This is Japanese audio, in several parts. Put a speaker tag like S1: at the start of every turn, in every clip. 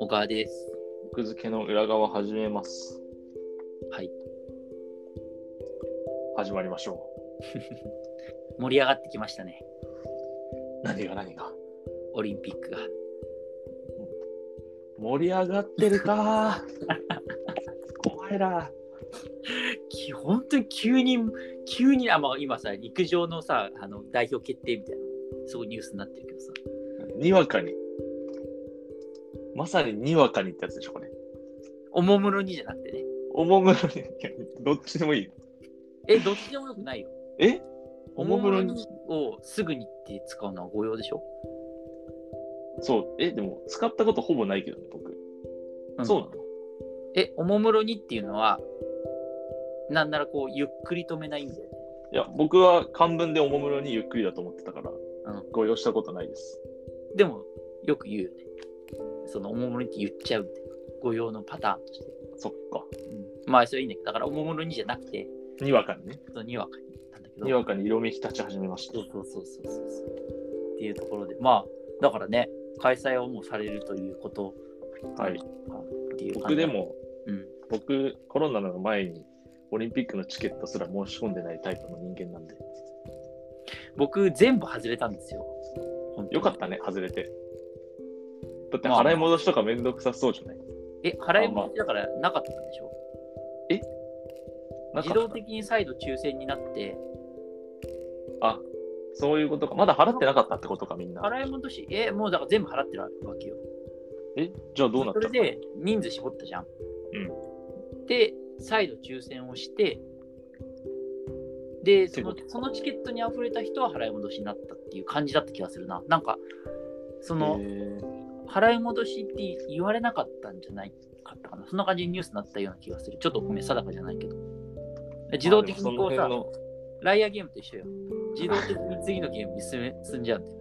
S1: 小川です。
S2: 奥付けの裏側始めます。
S1: はい。
S2: 始まりましょ
S1: 盛り上がってきましたね。
S2: う。何が何が
S1: オリンピックが。
S2: 盛り上がって るかーお前ら。
S1: き本当に急に、急に、あ、まあ、今さ、陸上のさ、あの代表決定みたいな、すごいニュースになってるけどさ。
S2: にわかに。まさににわかにってやつでしょ、これ。
S1: おもむろにじゃなくてね。
S2: おもむろに。どっちでもいい。
S1: え、どっちでもよくないよ。
S2: えおもむろ
S1: お
S2: に。
S1: をすぐにって使うのは誤用でしょ、
S2: そう。え、でも、使ったことほぼないけどね、僕。そうなの
S1: え、おもむろにっていうのは、なんならこう、ゆっくり止めないんだよね。
S2: いや、僕は漢文でおもむろにゆっくりだと思ってたから、
S1: うん
S2: ご用意したことないです。
S1: でも、よく言うよね。その、おもむろにって言っちゃうみたいな。誤用のパターンとして。
S2: そっか。
S1: まあ、それはいいんだけど、だから、おもむろにじゃなくて、
S2: にわかにね。
S1: そのにわかに行ったんだけど。
S2: にわかに色めき立ち始めました
S1: そう。そうそうそうそうそう。っていうところで、まあ、だからね、開催をもうされるということ
S2: はい。
S1: っていう
S2: 僕で、も、
S1: うん。
S2: 僕、コロナの前にオリンピックのチケットすら申し込んでないタイプの人間なんで、
S1: 僕、全部外れたんですよ。本当に
S2: よかったね、外れて。だって払い戻しとかめんどくさそうじゃない、
S1: え、払い戻しだからなかったんでしょ
S2: な
S1: 自
S2: んか
S1: 動的に再度抽選になって、
S2: あ、そういうことか。まだ払ってなかったってことか、みんな。
S1: 払い戻し、え、もうだから全部払ってるわけよ。
S2: え、じゃあどうなっ
S1: そ
S2: た
S1: れで人数絞ったじゃん。で、再度抽選をして、で、その
S2: ってこと
S1: そのチケットに溢れた人は払い戻しになったっていう感じだった気がするな。なんか、その、
S2: へー
S1: 払い戻しって言われなかったんじゃないかったかな。そんな感じにニュースになったような気がする。ちょっとごめん、定かじゃないけど。自動的にこう
S2: まあ
S1: さ
S2: で、もその辺の
S1: ライアーゲームと一緒よ。自動的に次のゲームに進め進んじゃうんだよ。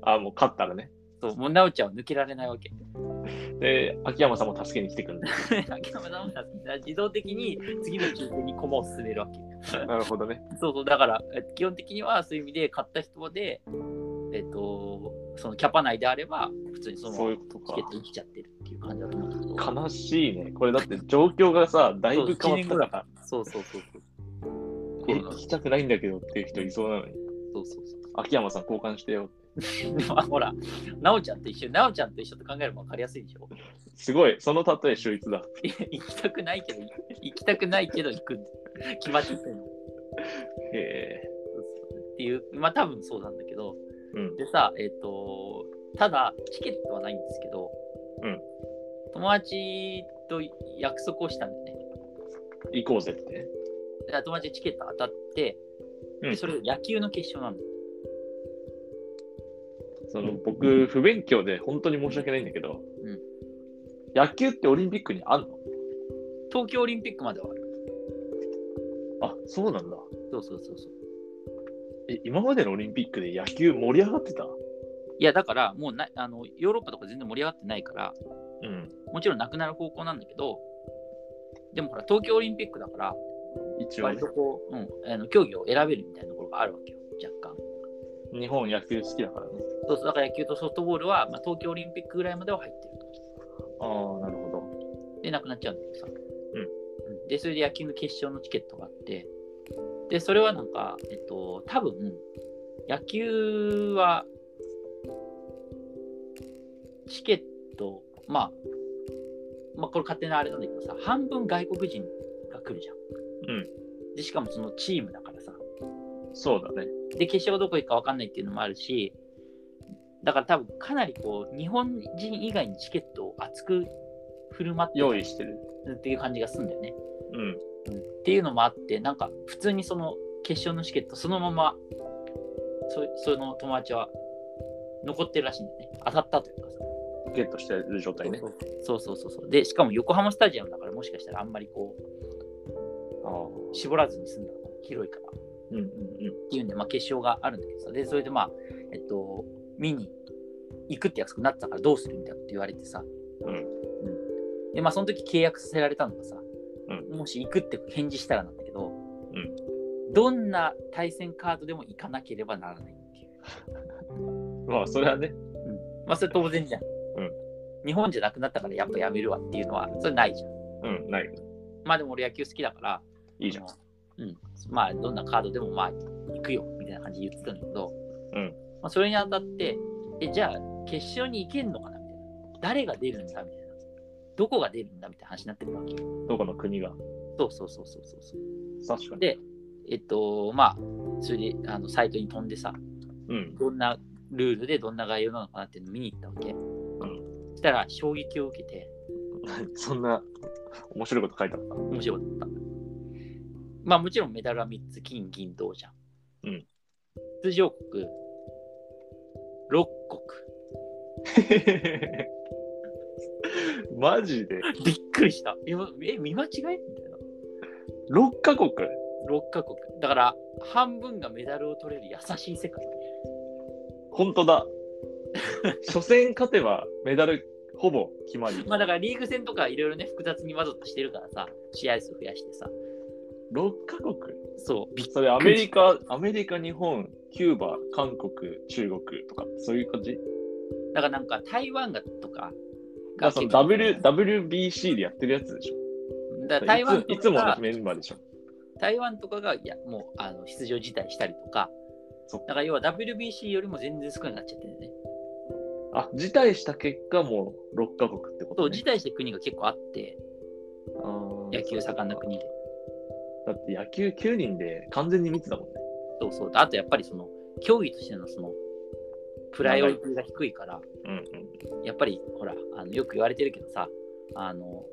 S2: あ、もう勝ったらね。
S1: そう、もうなおちゃんは抜けられないわけ。
S2: で、秋山さんも助けに来てくる んで。
S1: 秋山さんは自動的に次の抽選に駒を進めるわけ。
S2: なるほどね。
S1: そうそう、だから、え基本的にはそういう意味で、買った人で、えっ、と、そのキャパ内であれば、普通にその
S2: そういうこと
S1: チ
S2: か
S1: ケッ。トに来ちゃってるっていう感じだと思うんだけど。
S2: 悲しいね。これだって状況がさ、だい
S1: そう
S2: ぶ変わ
S1: 一
S2: っ
S1: 年
S2: た
S1: 後だ
S2: から
S1: か。ら。そうそうそうそう。コ
S2: え、
S1: ロナ
S2: 行きたくないんだけどっていう人いそうなのに。
S1: そうそうそ
S2: 秋山さん交換してよ。
S1: う。でも、あほら、なおちゃんと一緒、なおちゃんと一緒と考えれば分かりやすいでしょ。
S2: すごい、その例え秀逸だ。
S1: いや行きたくないけど、行きたくないけど行く。決まっちゃってるの。
S2: へえ。
S1: っていう、まあ多分そうなんだけど、
S2: うん。
S1: でさ、えっ、と、ただ、チケットはないんですけど、
S2: うん
S1: 友達と約束をしたんだよね。
S2: 行こうぜってね。
S1: だから友達にチケット当たって、で
S2: うん
S1: それが野球の決勝なんだよ。
S2: その僕、不勉強で本当に申し訳ないんだけど、
S1: うん
S2: 野球ってオリンピックにあんの
S1: 東京オリンピックまではある。
S2: あ、そうなんだ。
S1: そうそうそうそう。
S2: え、今までのオリンピックで野球盛り上がってた
S1: いや、だから、もうなあのヨーロッパとか全然盛り上がってないから、
S2: うん。
S1: もちろんなくなる方向なんだけど、でもほら、東京オリンピックだから、
S2: 一応
S1: 割
S2: ね
S1: と、こう、うん、あの競技を選べるみたいなところがあるわけよ、若干。
S2: 日本野球好きだからね。
S1: そうそう、だから野球とソフトボールは、まあ、東京オリンピックぐらいまでは入ってると。
S2: ああ、なるほど。
S1: で、なくなっちゃうんだけどさ。うん。で、それで野球の決勝のチケットがあって、で、それはなんか、えっと、多分、野球は、チケット、まあ、まあ、これ勝手なあれなんだけどさ、半分外国人が来るじゃん。
S2: うん。
S1: で、しかもそのチームだからさ。
S2: そうだね。
S1: で、決勝がどこ行くか分かんないっていうのもあるし、だから多分かなりこう、日本人以外にチケットを厚く振る舞って
S2: 用意してる。
S1: るっていう感じがするんだよね。
S2: うん。
S1: っていうのもあって、なんか普通にその決勝のチケット、そのままそ、その友達は残ってるらしいんだよね。当たったというかさ。
S2: ゲットしてる状態ね。
S1: そうそうそうそう。で、しかも横浜スタジアムだから、もしかしたらあんまりこう、
S2: ああ。
S1: 絞らずに済んだのかな広いから。
S2: うんうんうん。
S1: っていうんで、まあ、決勝があるんだけどさ、で、それでまあ、えっと、見に行くって約束になってたからどうするみたいなこと言われてさ、
S2: うん
S1: うんで、まあ、その時契約させられたのがさ、
S2: う
S1: もし行くって返事したらなんだけど、どんな対戦カードでも行かなければならないっていう。
S2: まあ、それはね。
S1: まあそれ当然じゃん。
S2: うん
S1: 日本じゃなくなったからやっぱやめるわっていうのは、それないじゃん。
S2: うん、ないよ。
S1: まあでも俺野球好きだから、
S2: いいじゃん。
S1: うん。まあどんなカードでもまあ行くよみたいな感じで言ってたんだけど、
S2: うん
S1: まあ、それにあたって、え、じゃあ決勝に行けるのかなみたいな。誰が出るんだみたいな。どこが出るんだみたいな話になってくるわけよ。
S2: どこの国が。
S1: そうそうそうそうそうそう。
S2: 確かに。
S1: で、えっと、まあ、それであのサイトに飛んでさ、
S2: うん。
S1: どんなルールでどんな概要なのかなっていうのを見に行ったわけ。そしたら衝撃を受けて、
S2: そんな面白いこと書いてあった。
S1: 面白かった。まあもちろんメダルは3つ、金、銀、銅じゃん。
S2: うん。
S1: 出場国、6
S2: マジで
S1: 国。 びっくりした。え、まえ見間違えみたいな。
S2: ?6 カ国
S1: 6カ国。だから、半分がメダルを取れる優しい世界。
S2: 本 当だ。初戦勝てばメダルほぼ決まり。
S1: まあだからリーグ戦とかいろいろね、複雑にわざとしてるからさ、試合数増やしてさ。
S2: 6カ国
S1: そう、びっ
S2: それアメリカ、アメリカ、日本、キューバ、韓国、中国とか、そういう感じ
S1: だからなんか台湾がとか
S2: あその W WBC でやってるやつでしょ
S1: だから台湾とか
S2: いついつものメンバーでしょ
S1: 台湾とかがいやもうあの出場辞退したりとか
S2: そっか
S1: だから要は WBC よりも全然少なくなっちゃってるね。
S2: あ、辞退した結果、もう6カ国ってこ
S1: そ
S2: と、
S1: う、
S2: ね
S1: 辞、退して国が結構あって、
S2: あー
S1: 野球盛んな国で。
S2: だって野球9人で完全に密だもんね。
S1: そうそう。あとやっぱりその、競技としてのその、プライオリティが低いから、
S2: うん
S1: やっぱりほら、あのよく言われてるけどさ、あの、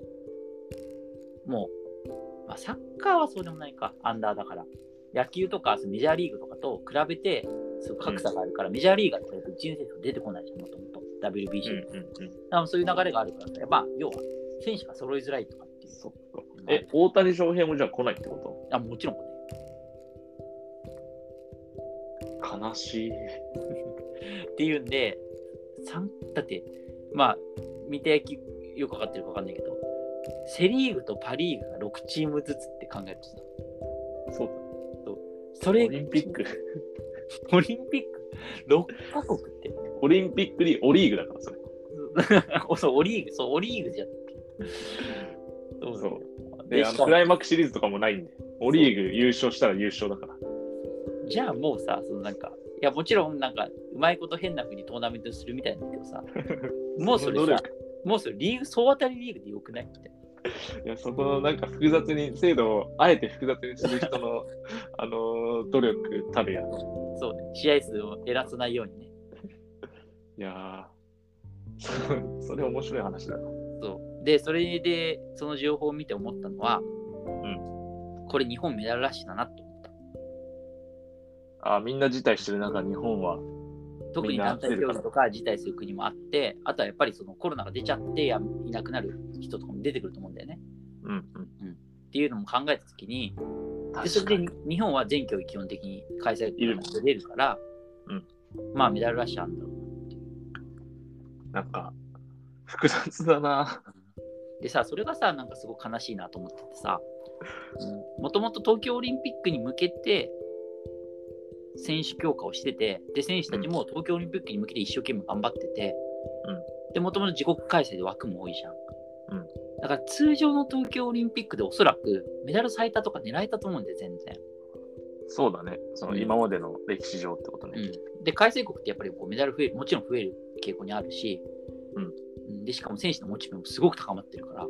S1: もう、まあ、サッカーはそうでもないか、アンダーだから。野球とかそのメジャーリーグとかと比べて、すごい格差があるから、メジャーリーガーとかやっぱ1年生しか出てこないじゃん、もともと。WBC とか
S2: うんうん。
S1: あのそういう流れがあるからさ、まあ、要は選手が揃いづらいとかっていう。
S2: そっか。
S1: まあ
S2: え、大谷翔平もじゃあ来ないってこ
S1: あもちろんね。
S2: と悲しい。
S1: っていうんで、さんだって、まあ、見てきよくわかってるかわかんないけど、セ・リーグとパ・リーグが6チームずつって考えるとさ、
S2: そう
S1: そ
S2: オ
S1: れ、
S2: リンピック、
S1: オリンピック、6カ国って、
S2: オリンピックにオリーグだから、それ。
S1: おそう、オリーグ、そう、オリーグじゃん。そう
S2: そ
S1: そうう。
S2: で、あ
S1: し
S2: の
S1: かも
S2: クライマックスシリーズとかもないんで、オリーグ優勝したら優勝だから。
S1: じゃあもうさ、そのなんか、いや、もちろん、なんか、うまいこと変な風にトーナメントするみたいなんだけどさ、 もうそれ
S2: の努
S1: さ、
S2: 力
S1: もうそれリーグ、総当たりリーグでよくないみたいな。
S2: いや、そこのなんか複雑に、制度をあえて複雑にする人 の、あのー努力たるや。
S1: そうね、試合数を減らさないようにね。
S2: いやー、そそ れ面白い話だな。
S1: そうで、それで、その情報を見て思ったのは、これ日本メダルラッシュだなと思った。
S2: あ、みんな辞退してる中、日本は。
S1: 特
S2: み
S1: に
S2: んな
S1: 団体競技とか辞退する国もあって、あとはやっぱりそのコロナが出ちゃってやいなくなる人とかも出てくると思うんだよね。
S2: うん
S1: っていうのも考えたときに、
S2: うん。
S1: でそれで日本は全競技基本的に開催
S2: いる
S1: 国出るから、
S2: うん
S1: まあメダルラッシュあんだろう
S2: なんか、複雑だな。
S1: でさ、それがさ、なんかすごく悲しいなと思っててさ、もともと東京オリンピックに向けて、選手強化をしてて、で、選手たちも東京オリンピックに向けて一生懸命頑張ってて、で、もともと自国開催で枠も多いじゃん。
S2: うん
S1: だから通常の東京オリンピックでおそらくメダル最多とか狙えたと思うんで、全然。
S2: そうだね。その今までの歴史上ってことね。
S1: で、開催国ってやっぱりこうメダル増える、もちろん増える傾向にあるし、
S2: うん
S1: で、しかも選手のモチベもすごく高まってるから、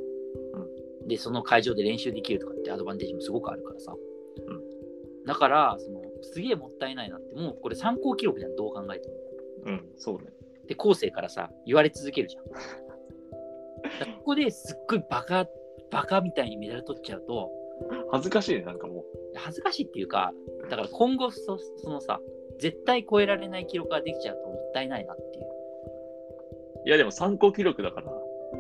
S1: で、その会場で練習できるとかってアドバンテージもすごくあるからさ。
S2: うん
S1: だから、そのすげえもったいないなって、もうこれ参考記録じゃん、どう考えても。
S2: うん、そうね。
S1: で、後世からさ、言われ続けるじゃ ん。だからここですっごいバカ、バカみたいにメダル取っちゃうと、
S2: 恥ずかしいね、なんかも
S1: 恥ずかしいっていうか、だから今後そ、そのさ、絶対超えられない記録ができちゃうともったいないなっていう。
S2: う。いや、でも参考記録だか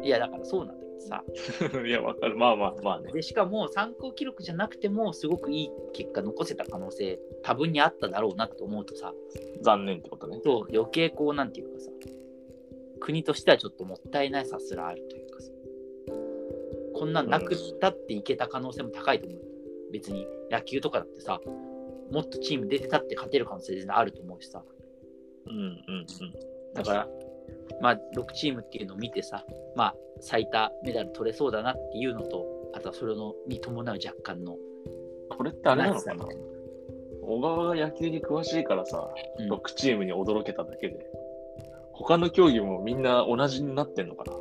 S1: いやだからそうなんだけどさ
S2: ら。いや、わかる。まあまあまあね。
S1: でしかも参考記録じゃなくてもすごくいい結果残せた可能性多分にあっただろうなと思うとさ
S2: 残念ってことね。
S1: そう余計こうなんていうかさ国としてはちょっともったいないさすらあるというかさこんなんなくったっていけた可能性も高いと思う、別に野球とかだってさもっとチーム出てたって勝てる可能性全然あると思うしさ
S2: うんうん
S1: だから、まあ、6チームっていうのを見てさ、まあ、最多メダル取れそうだなっていうのと、あとはそれのに伴う若干の。
S2: うん。これってあれなのかな
S1: ナイス
S2: 小川が野球に詳しいからさ、
S1: うん
S2: 6チームに驚けただけで、他の競技もみんな同じになってんのかな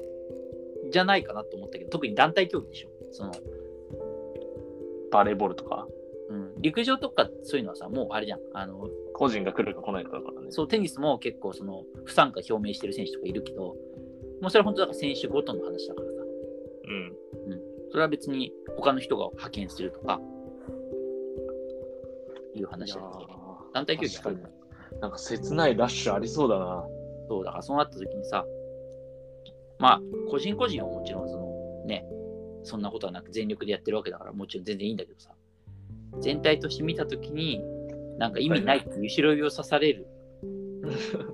S1: じゃないかなと思ったけど、特に団体競技でしょ。その
S2: バレーボールとか、
S1: うん、陸上とかそういうのはさ、もうあれじゃん。あの
S2: 個人が来るか来ないかだからね。
S1: そうテニスも結構その不参加表明してる選手とかいるけど、もうそれは本当だから選手ごとの話だからさ、
S2: うん。
S1: それは別に他の人が派遣するとか、いう話だけど、団体競技は
S2: 確かに。なんか切ないラッシュありそうだな。
S1: そうだからそうなった時にさまあ個人個人はもちろんそのねそんなことはなく全力でやってるわけだからもちろん全然いいんだけどさ全体として見た時になんか意味ないっていう後ろ指を刺される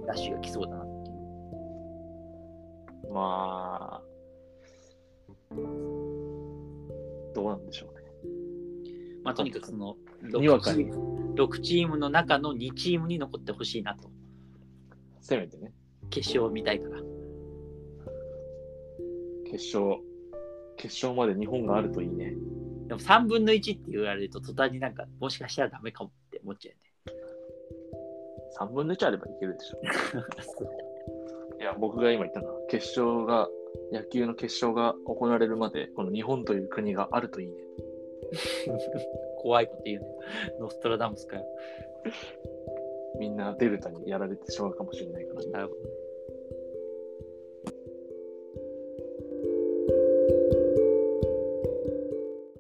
S1: ラッシュが来そうだ なっていう
S2: まあ、どうなんでしょうね。
S1: まあとにかくその
S2: にわか
S1: チ
S2: に
S1: ーム6チームの中の2チームに残ってほしいなと
S2: せめてね、
S1: 決勝を見たいから
S2: 決勝、決勝まで日本があるといいね。
S1: でも3分の1って言われると途端になんかもしかしたらダメかもって思っちゃうよね
S2: 3分の1あればいけるでしょ。 いや、僕が今言ったのは、決勝が、野球の決勝が行われるまで、この日本という国があるといいね。
S1: 怖いこと言うねノストラダムスかよ
S2: みんなデルタにやられてしまうかもしれないから、
S1: なるほどね。